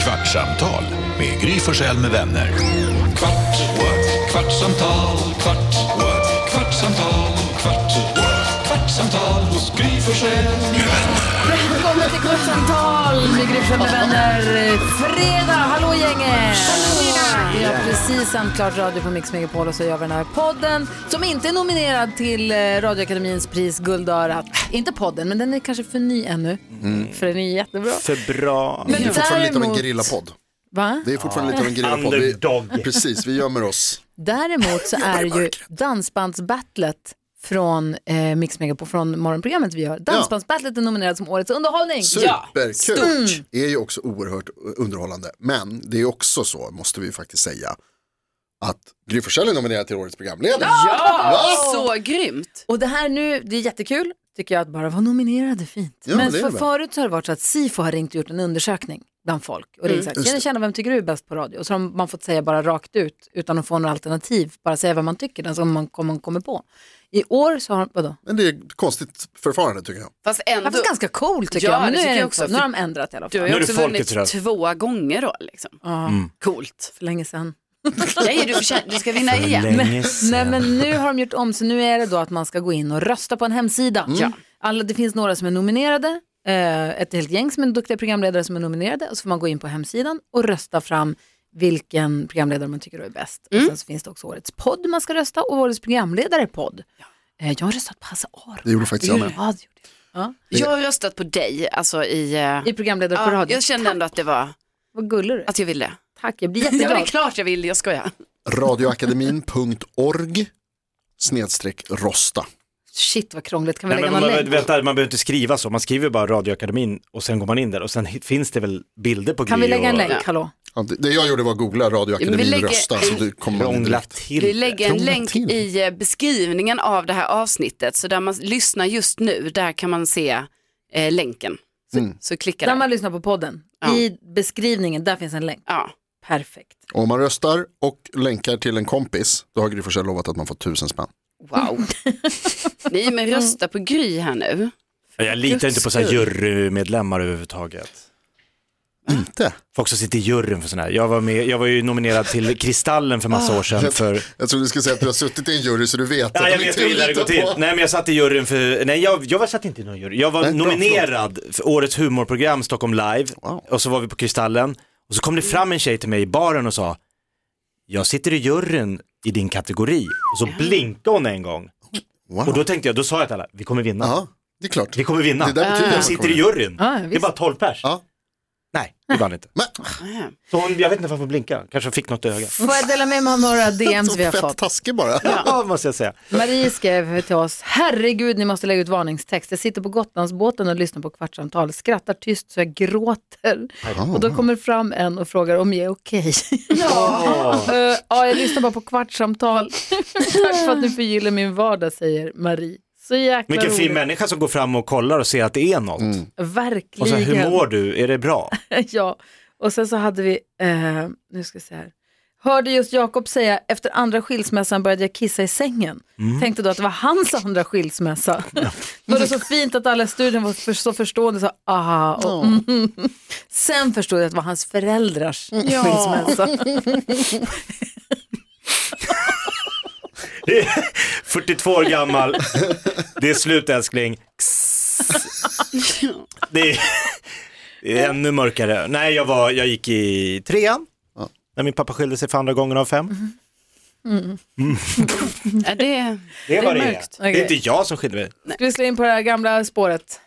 Kvartsamtal med Gry Forssell med vänner. Kvart, what? kvartsamtal, kvart, what? kvartsamtal, kvart, what? kvartsamtal hos Gry Forssell med vänner. Välkommen till Kvartsamtal med Gry Forssell med vänner. Fredag, hallå gänget! Vi har precis sänt klart radio på Mix Megapol och så gör vi den här podden som inte är nominerad till eh, Radioakademins pris Guldörat. Inte podden, men den är kanske för ny ännu. För den är jättebra. För bra. Men Mm. Det är fortfarande lite av en däremot- gerillapodd. Va? Det är fortfarande lite av en gerillapodd. Vi, Underdog. precis, vi gömmer oss. Däremot så är ju Dansbandsbattlet från eh, Mix Megapol, från morgonprogrammet vi gör. Dansbandsbattlet är nominerad som årets underhållning. Superkul. Mm. är ju också oerhört underhållande. Men det är också så, måste vi ju faktiskt säga, att Gry Forssell är nominerad till årets programledare. Så grymt! Och det här nu, det är jättekul tycker jag att bara vara nominerad är fint. Ja, men det är för, det. förut så har det varit så att Sifo har ringt och gjort en undersökning bland folk och ringt mm. Just såhär, det. känna vem tycker du är bäst på radio? Och så har man fått säga bara rakt ut utan att få några alternativ, bara säga vad man tycker, alltså om man, om man kommer på. I år så har, vadå? Men det är ett konstigt förfarande tycker jag. Fast Det ändå, var ganska coolt tycker Ja, jag, men det nu, tycker är det jag också, också, nu har de ändrat i alla du fall. har Nu ju är Mm. det folkets också vunnit röst. två gånger då liksom. Ja, Mm. Coolt. för länge sedan. Nej, du, förtjän- du ska vinna igen. Länge Nej sedan. men nu har de gjort om så nu är det då att man ska gå in och rösta på en hemsida. Alla, det finns några som är nominerade, eh, ett helt gäng som är duktiga programledare som är nominerade och så får man gå in på hemsidan och rösta fram vilken programledare man tycker är bäst. Och sen så finns det också årets podd man ska rösta och årets programledare podd. Eh, jag har röstat på Hasse Aro. Det gjorde faktiskt jag med. Ja, det gjorde Jag har röstat på dig, alltså i... eh, jag. I programledare på ja, radio. jag kände ändå att det var, Vad gullig du är. att jag ville. Tack, jag blir Ja, det är jätteglad. klart jag ville, jag skojar. Radioakademin.org snedstreck rosta. Shit vad krångligt, kan vi Nej, lägga men man, någon man, länk? vänta, man behöver inte skriva så, man skriver bara Radioakademin och sen går man in där och sen hi- finns det väl bilder på Kan vi Gry lägga en och- länk? Ja. Hallå? Ja, Det det jag gjorde var googla radioakademin Ja, men vi lägger- rösta. Så det kommer man Krångla direkt. till Vi det. lägger en Krångla länk till. i eh, beskrivningen av det här avsnittet, så där man lyssnar just nu, där kan man se eh, länken. Så, Mm. så klicka Där där. man lyssnar på podden. Ja. I beskrivningen, där finns en länk. Ja. Perfekt. Om man röstar och länkar till en kompis, då har Gry Forssell lovat att man får tusen spänn. Wow. Nej men rösta på Gry här nu. Jag litar inte på sådana här jurymedlemmar överhuvudtaget. Inte? Folk som sitter i juryn för sådana här. Jag var, med, jag var ju nominerad till Kristallen för massa år sedan för Jag trodde du skulle säga att du har suttit i en jury så du vet att Ja, jag de vet inte hur illa det litar går till. på- Nej, men jag satt i juryn för, nej jag, jag var satt inte i någon jury. Jag var Nej, bra, nominerad för årets humorprogram Stockholm Live Wow. och så var vi på Kristallen och så kom det fram en tjej till mig i baren och sa, jag sitter i juryn i din kategori och så blinkade hon en gång Wow. och då tänkte jag, då sa jag till alla, vi kommer vinna. Ah. Ja, det är klart. Vi kommer vinna. Det där betyder att jag man sitter kommer i juryn. Ah, Ja, det är visst. bara 12 pers. Ja. Nej, vi vann inte. Men, Så hon, jag vet inte varför hon blinkade, kanske hon fick något i ögat. Får jag dela med mig av några DMs så vi har fett fått? taskig bara. Ja, måste jag säga. Marie skrev till oss, herregud ni måste lägga ut varningstext. Jag sitter på Gotlandsbåten och lyssnar på kvartsamtal, skrattar tyst så jag gråter. Och då kommer fram en och frågar om jag är okej. Ja. Eh, ja, jag lyssnar bara på kvartsamtal. Tack för att ni förgyller min vardag, säger Marie. Så jäkla Vilken fin roligt. människa som går fram och kollar och ser att det är något. Mm. Och så, Verkligen. här, hur mår du? Är det bra? ja, och sen så hade vi, eh, nu ska vi se här. Hörde just Jakob säga, efter andra skilsmässan började jag kissa i sängen. Mm. Tänkte då att det var hans andra skilsmässa. Då var det så fint att alla i studion var för, så förstående. Så, aha, och, mm. Sen förstod jag att det var hans föräldrars skilsmässa. 42 år gammal, det är slut älskling. Det är, det är ännu mörkare. Nej, jag, var, jag gick i trean. När min pappa skilde sig för andra gången av fem. Ja, det... Det var det. är. mörkt. Det är inte jag som skilde mig. Ska vi slå in på det här gamla spåret,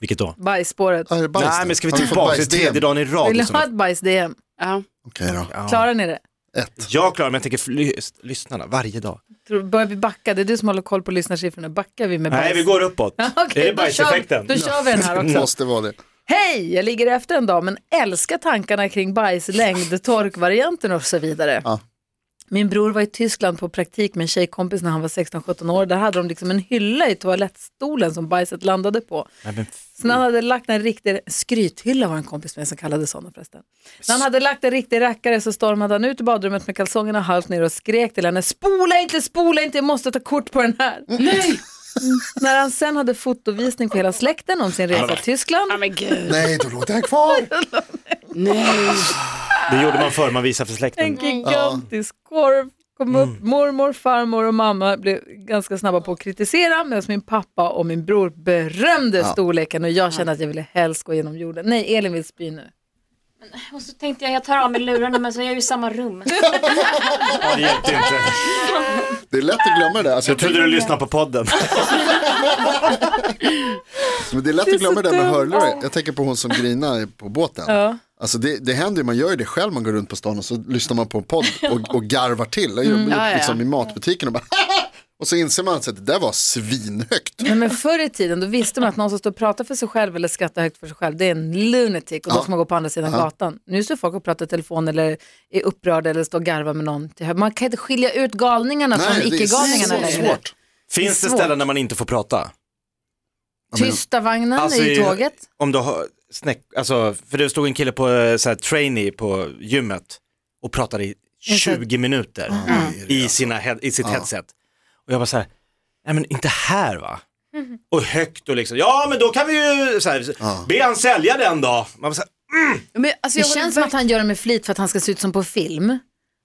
Vilket då? bajsspåret? Ja, är det bajs Nej, då? men ska vi Har du fått tillbaka till bajs-DM? tredje dagen i rad? Vill ni liksom? ha ett bajs-DM? Ja. Okej då. Klarar ni det? Ett. Jag klarar mig, jag tänker fly- lyssnarna varje dag. Tror- Börjar vi backa? Det är du som håller koll på lyssnarsiffrorna. Backar vi med bajs? Nej, vi går uppåt. Okej, är det då kör vi- bajseffekten? Då kör vi den här också. Måste vara det. Hej, jag ligger efter en dag men älskar tankarna kring bajslängd, torkvarianten och så vidare. Ja. Min bror var i Tyskland på praktik med en tjejkompis när han var 16-17 år. Där hade de liksom en hylla i toalettstolen som bajset landade på. Nej, men Så när han hade lagt en riktig, skrythylla var en kompis med som kallade sådana förresten. När han hade lagt en riktig rackare så stormade han ut i badrummet med kalsongerna halvt ner och skrek till henne, spola inte, spola inte, jag måste ta kort på den här. Nej! När han sen hade fotovisning på hela släkten om sin resa till Tyskland Ja men gud. Nej, då låg den kvar. Nej. Det gjorde man förr, man visade för släkten. En gigantisk korv. Kom Mm. upp, mormor, farmor och mamma blev ganska snabba på att kritisera medan min pappa och min bror berömde storleken och jag kände att jag ville helst gå genom jorden. Nej, Elin vill spy nu. Och så tänkte jag, jag tar av mig lurarna men så är jag ju i samma rum. Ja, det hjälpte inte. Det är lätt att glömma det där. Alltså, jag Jag trodde du lyssnade på podden. tänkte- men det är lätt att glömma det där med hörlurar. Jag tänker på hon som grinar på båten. Alltså det, det händer ju, man gör ju det själv, man går runt på stan och så lyssnar man på en podd och, och garvar till. Jag Mm, gjorde Ja, ja, ja. liksom i matbutiken och bara Och så inser man alltså att det där var svinhögt. Nej, men förr i tiden då visste man att någon som står och pratar för sig själv eller skrattar högt för sig själv, det är en lunatic och då Ja. ska man gå på andra sidan gatan. Nu står folk och pratar i telefon eller är upprörda eller står och garvar med någon. till höger. Man kan inte skilja ut Alltså, galningarna från det är icke-galningarna så längre. svårt. Finns det svårt. ställen där man inte får prata? men- Tysta vagnen Alltså, i i- tåget. Om du har snäck, alltså, för det stod en kille på eh, så här, trainee på gymmet och pratade i 20 minuter Mm. i, sina head, i sitt headset. Och jag var så här, nej men inte här va? Mm-hmm. Och högt och liksom, ja men då kan vi ju så här, be han sälja den då. Man var så här, Men, alltså, jag det håller känns som verkligen- att han gör det med flit för att han ska se ut som på film.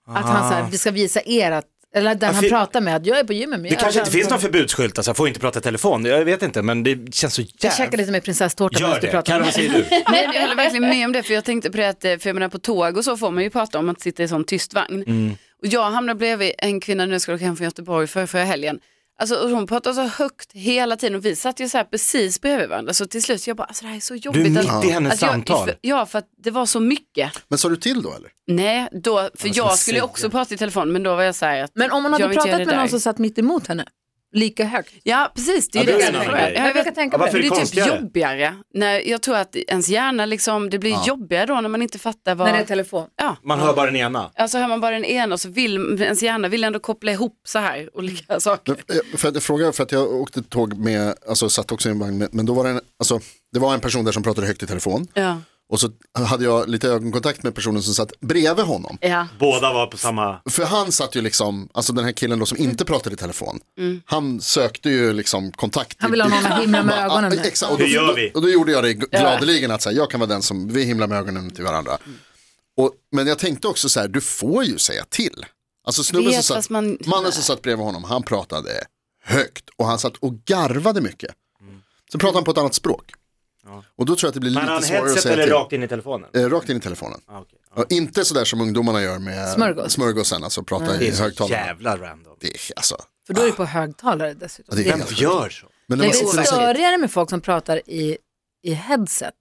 Att han så här, vi ska visa er att, eller där han Ah. fi- pratar med att jag är på gymmet. men det jag kanske inte kan- finns någon förbudsskylt, alltså, jag får inte prata i telefon, jag vet inte men det känns så Jag käkar jävla... lite med prinsesstårta medan Gör du det, pratar. Carro vad säger du? Nej, men jag håller verkligen med om det, för jag tänkte på det att, eh, för jag menar på tåg och så får man ju prata om att sitta i sån tyst vagn. Mm. Och jag hamnade bredvid en kvinna när jag skulle åka hem från Göteborg för, förra helgen. Alltså och hon pratade så högt hela tiden och vi satt ju så här precis bredvid varandra så till slut så jag bara, alltså det här är så Du jobbigt. är att, mitt i hennes alltså, jag, samtal. Ja, för att det var så mycket. Men sa du till då eller? Nej, då, för ska man jag skulle ju säga? också prata i telefon men då var jag så här att Men om man jag hade vill inte pratat göra med det där. någon som satt mitt emot henne, lika högt. Ja, precis, det är Ja, ju det det är en som är annan problemet. grej. Ja, jag vet- kan tänka Ja, på Men varför- det. det är typ konstigare? jobbigare. Nej, jag tror att ens hjärna liksom, det blir jobbigare då när man inte fattar vad... När det är telefon. ja. Man hör bara den ena. Alltså hör man bara den ena och så vill ens hjärna vill ändå koppla ihop så här olika saker. Men, eh, För att jag frågar, för att jag åkte tåg med, alltså satt också i en vagn, med, men då var det en, alltså, det var en person där som pratade högt i telefon. Ja. Och så hade jag lite ögonkontakt med personen som satt bredvid honom. Ja. Båda var på samma... För han satt ju liksom, alltså den här killen då som inte pratade i telefon, han sökte ju liksom kontakt. Han i- ville ha någon att himla med Ja, ögonen med. "Ah, Exakt, och då, Hur gör vi? Och då gjorde jag det gladeligen, att så här, jag kan vara den som, vi himlar med ögonen till varandra. Mm. Och, men jag tänkte också så här, du får ju säga till. Alltså snubben som Vet, satt, fast man- mannen som satt bredvid honom, han pratade högt och han satt och garvade mycket. Mm. Sen pratade han på ett annat språk. Och då tror jag att det blir Man lite har svårare att headset säga eller till. rakt in i telefonen? Eh, rakt in i telefonen. Ah, okej. Ja, inte sådär som ungdomarna gör med Smörgås. smörgåsen, alltså prata Det i är så högtalarna. jävla random. Det är, alltså, För då är det på högtalare dessutom. Ja, det är alltså- det är, helt- Gör så. men när Nej, man det sitter är liksom, störigare med folk som pratar i, i headset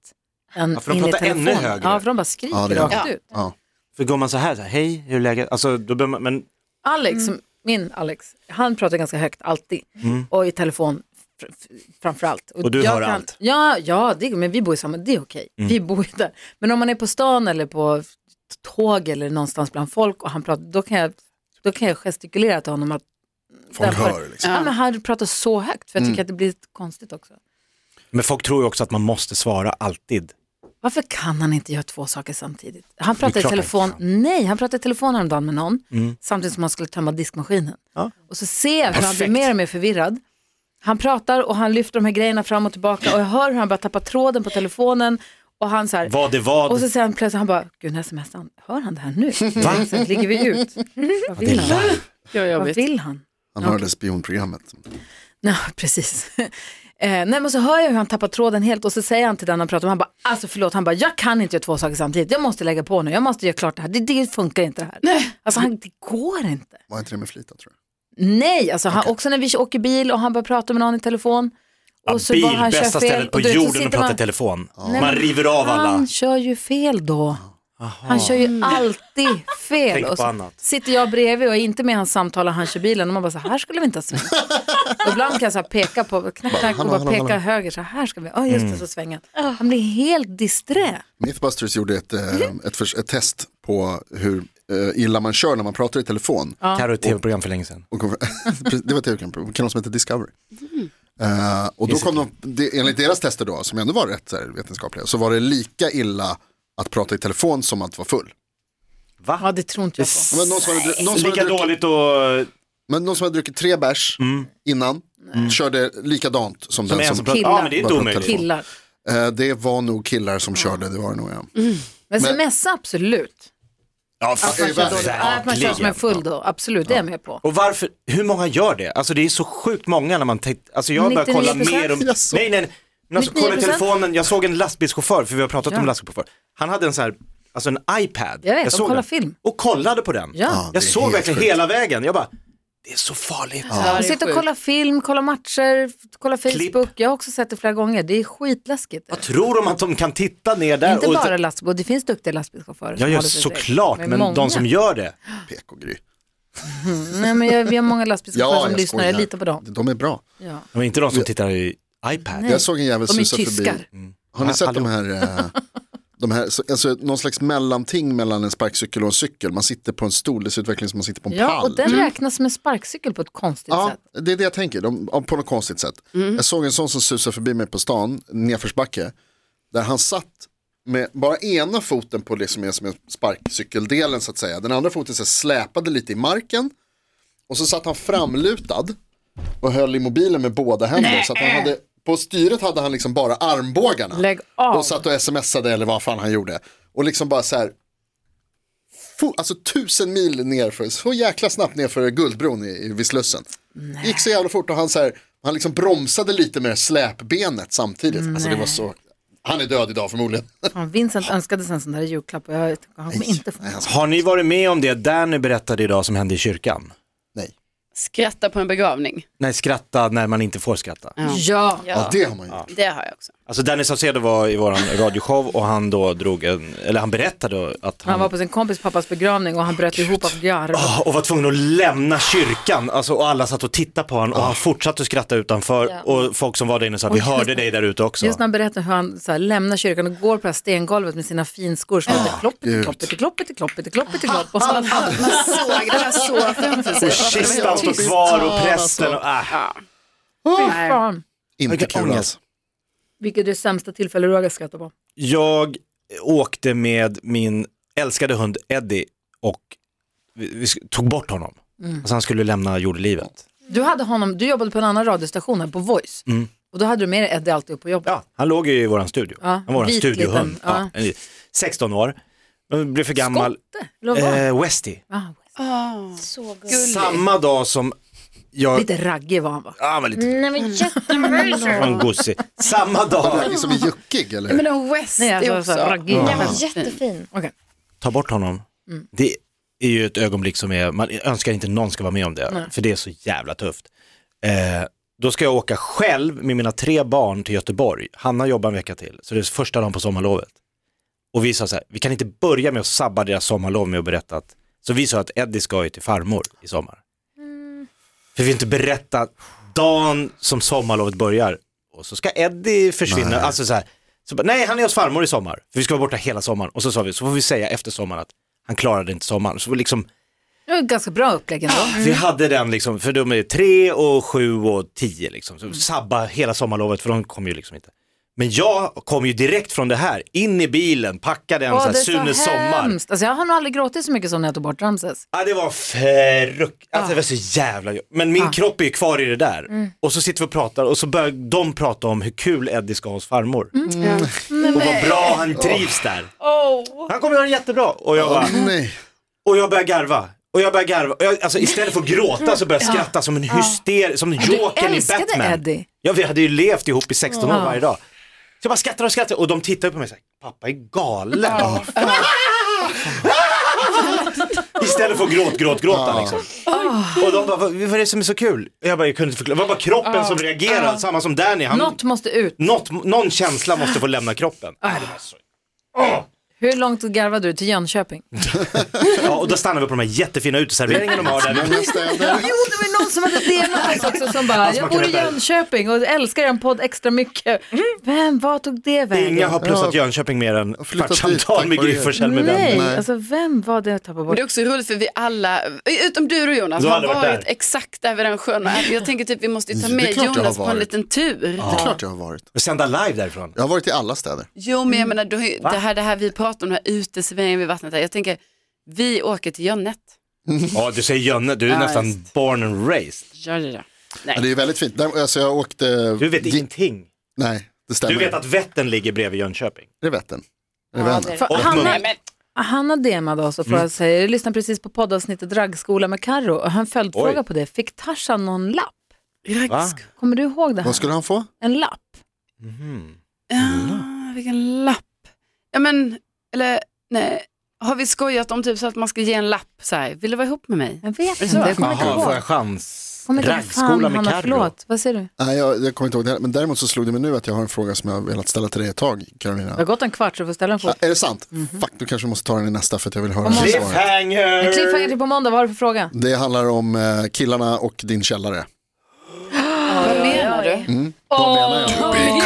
än Ja, för de in i pratar telefon. ännu högre. Ja, för de bara skriker Ja, det är- rakt Ja. ut. ja. För går man så här, så här hej, hur är läget? Alltså, då behöver man, men Alex, som- min Alex, han pratar ganska högt alltid och i telefon fr- f- framförallt. Mm. Och du hör allt? Mm. Ja, ja det, men vi bor i samma, det är okej. Vi bor ju där. Men om man är på stan eller på tåg eller någonstans bland folk och han pratar, då kan jag, då kan jag gestikulera till honom att folk dämpa det. hör liksom. Ja, men han pratar så högt för jag tycker Mm. att det blir konstigt också. Men folk tror ju också att man måste svara alltid. Varför kan han inte göra två saker samtidigt? Han Det pratade är i klart telefon, han Mm. nej, han pratade i telefon häromdagen med någon, samtidigt som han skulle tömma diskmaskinen. Ja. Och så ser jag hur han blir Perfekt. mer och mer förvirrad. Han pratar och han lyfter de här grejerna fram och tillbaka och jag hör hur han börjar tappa tråden på telefonen och han så här, Vad är vad? och så säger han plötsligt, han bara, gud den här semestern, hör han det här nu? Sen ligger vi ut. Vad det är vill han? live. Vad vill han? Han hörde spionprogrammet. Ja, precis. Eh, nej, men så hör jag hur han tappar tråden helt och så säger han till den han pratar med, han bara, alltså förlåt, han bara, jag kan inte göra två saker samtidigt, jag måste lägga på nu, jag måste göra klart det här, det, det funkar inte det här. Nej. Alltså han, det går inte. Var inte det med flit? jag tror jag. Nej, alltså han, också när vi åker bil och han börjar prata med någon i telefon. Och Ja, bil, bästa stället på du vet, så jorden sitter att prata i man- telefon. Nej, Man men river av alla. Mm. Han kör ju fel då. Han kör ju alltid fel. Tänk och på så annat. sitter jag bredvid och är inte med i hans samtal och han kör bilen och man bara så här skulle vi inte ha svängt. och ibland kan jag så här peka på, knack, knack och hallå, bara hallå, peka hallå. höger så här ska vi, ja just Mm. det så svänga. Han blir helt disträ. Mythbusters gjorde ett, eh, Mm-hmm. ett, förs- ett test på hur eh, illa man kör när man pratar i telefon. Carro ett tv-program för länge sedan. Och kom, det var ett kanal som hette Discovery. Mm-hmm. Eh, och då kom de, det, enligt deras tester då, som ändå var rätt så här, vetenskapliga, så var det lika illa att prata i telefon som att vara full. Ja Va? det tror inte jag på. Men någon som hade, någon som Lika hade, druckit, dåligt och... men någon som hade druckit tre bärs innan, körde likadant som, Mm. Som den en som... som pratar... Ja, men det är inte Bara omöjligt. telefon. Killar. Mm. Eh, det var nog killar som körde, det var det nog ja. Men Men- smsa absolut. Ja, Att man kör, dåligt. Ja, att man kör som en full då, absolut, det är jag med på. Och varför, hur många gör det? Alltså det är så sjukt många när man tänkt, alltså jag börjar kolla 99%? mer om, nej nej, nej. men alltså kolla i 99%? telefonen, jag såg en lastbilschaufför, för vi har pratat Ja. om lastbilschaufför, han hade en sån här, alltså en iPad, Jag vet, de såg kollar den. film. och kollade på den. Ja. Ja, det Jag är såg helt verkligen sjukt. hela vägen, jag bara, det är så farligt. Ja, Man det är sitter och sjukt. kollar film, kollar matcher, kollar Klipp. Facebook. Jag har också sett det flera gånger. Det är skitläskigt. Vad tror de att de kan titta ner där? Inte och- bara lastbil, det finns duktiga lastbilschaufförer. Ja, som ja håller sig safe. såklart, men, de som gör det. PK-gry. många- Nej, men jag, vi har många lastbilschaufförer som lyssnar, jag skojar. litar på dem. De är bra. Ja. De är inte de som tittar i iPad. Nej. Jag såg en jävel De är ju susa förbi. tyskar. Har ni sett de Hallå. här, eh, de här så- alltså, någon slags mellanting mellan en sparkcykel och en cykel? Man sitter på en stol, det ser ut verkligen som man sitter på en Ja, pall. och den räknas som en sparkcykel på ett konstigt Ja, sätt. Mm. det är det jag tänker, de, ja, på något konstigt sätt. Jag såg en sån som susade förbi mig på stan, nedförsbacke, där han satt med bara ena foten på det som är som är sparkcykeldelen så att säga. Den andra foten så här, släpade lite i marken och så satt han framlutad och höll i mobilen med båda händer. Så att han hade, på styret hade han liksom bara armbågarna. Lägg av. Och satt och smsade eller vad fan han gjorde. Och liksom bara så här. Fo- alltså tusen mil nerför, så jäkla snabbt nerför Guldbron i, i, vid Slussen. Gick så jävla fort och han så här, han liksom bromsade lite med släpbenet samtidigt. Alltså det var så, han är död idag förmodligen. Fan, Vincent önskade sig en sån där julklapp och jag, han kommer inte få den. Har ni varit med om det Danny berättade idag som hände i kyrkan? Nej, Skratta på en begravning. Nej, skratta när man inte får skratta. Ja, ja, det har man gjort. Det har jag också. Alltså Danny Saucedo var i våran radioshow och han då drog en, eller han berättade att han, han var på sin kompis pappas begravning och han bröt ihop av garv. Ah, och var tvungen att lämna kyrkan, alltså, och alla satt och tittade på honom och han fortsatte att skratta utanför och folk som var där inne sa vi hörde dig där ute också. Just när han berättar hur han så här, lämnar kyrkan och går på det här stengolvet med sina finskor som heter kloppet, gud. kloppet, kloppet, kloppet, kloppet, kloppet. Och ah. så, Man såg det här så framför sig. Och kistan står kvar och prästen och ah. fy fan. Inte Vilken kul ångest. alls. Vilket är det sämsta tillfället du har skrattat på? Jag åkte med min älskade hund Eddie och vi, vi sk- tog bort honom. Mm. Alltså han skulle lämna jordelivet. Du, hade honom, du jobbade på en annan radiostation här på Voice Mm. och då hade du med dig Eddie alltid upp på jobbet. Ja, han låg ju i våran studio. Ja, han var våran vit studiohund. liten, ja. Ja, en- 16 år, men blev för gammal. Skotte, eller vad? Eh, Westy. Ah, Så gulligt. Samma dag som jag... lite Mm. raggig var han va? Ah, han var lite Nej men jättemysigt. från gussig. Samma dag. Mm. Läge som är liksom juckig eller? Men en West Nej, är alltså, också... så här, raggig. Nej men Mm. jättefin. Okej. Ta bort honom. Mm. Det är ju ett ögonblick som är, man önskar inte någon ska vara med om det, för det är så jävla tufft. Eh, då ska jag åka själv med mina tre barn till Göteborg. Hanna jobbar en vecka till, så det är första dagen på sommarlovet. Och vi sa så här, vi kan inte börja med att sabba deras sommarlov med att berätta att, så vi sa att Eddie ska ju till farmor i sommar. För vi vill inte berätta dagen som sommarlovet börjar och så ska Eddie försvinna. Alltså så här, så bara, nej han är hos farmor i sommar, för vi ska vara borta hela sommaren. Och så sa vi, så får vi säga efter sommaren att han klarade inte sommaren. Så vi liksom, Det var ett ganska bra upplägg ändå. vi hade den liksom, för de är tre och sju och tio liksom. Mm. Så sabba hela sommarlovet för de kom ju liksom inte. Men jag kom ju direkt från det här, in i bilen, packade en Åh, så här det är Sunes sommar. Alltså, jag har nog aldrig gråtit så mycket som när jag tog bort Ramses. Ja det var frukt, alltså det var så jävla jobb. Men min kropp är ju kvar i det där. Och så sitter vi och pratar och så börjar de prata om hur kul Eddie ska ha hos farmor. Och vad bra han trivs där. Han kommer göra det jättebra. Och jag, bara, Åh, nej. och jag börjar garva. Och jag börjar garva. Och jag, alltså istället för att gråta så börjar jag skratta som en hyster, som Jokern i älskade Batman. Eddie. Ja vi hade ju levt ihop i 16 år varje dag. Så jag bara skrattar och skrattar och de tittar på mig såhär, pappa är galen. Istället för att gråt, gråt, gråta liksom. Och de bara, vad vad är det som är så kul? Jag bara, jag kunde inte förklara. Det var bara kroppen som reagerade, samma som Danny. Han, Något måste ut. något, någon känsla måste få lämna kroppen. Hur långt garvade du till Jönköping? Ja, och då stannar vi på de här jättefina uteserveringarna de har där. Många städer. Jo, det var ju någon som hade DMat oss också som bara, jag man bor i kan vänta. Jönköping och älskar en podd extra mycket. Vem, vad tog det vägen? Inga har plussat Ja. Jönköping mer än flyttat dit, kvartsamtal tack med vare Gry er. Forssell med vänner. Nej, Nej. alltså vem var det jag tappade bort? Det är också roligt för vi alla, utom du och Jonas, Du har har aldrig varit, varit där. exakt där vid den sjön. Jag tänker typ vi måste ju ta Det är med klart jag har Jonas på en varit. liten tur. Det är klart jag har varit. Och sända live därifrån. Jag har varit i alla städer. Jo men jag menar, du, har ju- det, här, det här vi pratar om, den här uteserveringen vid vattnet, här, jag tänker vi åker till Jönnet. Ja, du säger Jönne, du är Ja, nästan just. born and raised. Ja, ja, ja. Men det är väldigt fint. Där, alltså, jag åkte... Du vet Gi- ingenting. Nej, det stämmer. Du vet att Vättern ligger bredvid Jönköping. Det är Vättern. Det är Ja, Vänern. det är det. För Och Hanna, Munk. Nej, men, Hanna DMade oss och frågade sig, jag lyssnade precis på poddavsnittet Raggskola med Karo och han följdfråga Oj. på det, fick Tarzan någon lapp? Va? Kommer du ihåg det här? Vad skulle han få? En lapp? Mhm. Ja, vilken lapp. Ja men, eller nej. Har vi skojat om typ så att man ska ge en lapp så här, vill du vara ihop med mig? Jag vet det så? inte, jag kommer inte Jaha, får ihåg. jag chans? Kommer inte ihåg. Fan, Raggskola med Hanna, Carro. förlåt. Vad säger du? Nej, jag, jag kommer inte ihåg det heller. Men däremot så slog det mig nu att jag har en fråga som jag har velat ställa till dig ett tag, Det har Carolina. gått en kvart så du får ställa en Ja, fråga. är det sant? Fuck, du kanske måste ta den i nästa för att jag vill höra Om man- svaret. En cliffhanger Cliffhanger! till på måndag, vad har du för fråga? Det handlar om eh, killarna och din källare. Vad menar du? Vad menar jag?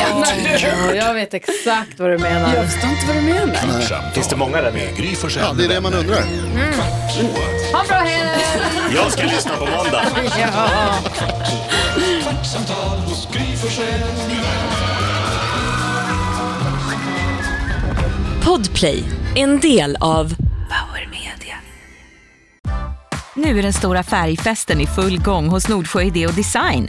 Ja, jag vet exakt vad du menar. Jag förstår inte vad du menar. Kvartsamtal Finns det många där nere? med Gry Forssell Ja, det är det med man vänner. undrar. Kvart, what? Ha en bra helg! Jag ska lyssna på måndag. Kvartsamtal hos Gry Forssell med vänner. Podplay, en del av Nu är den stora färgfesten i full gång hos Nordsjö Idé och Design.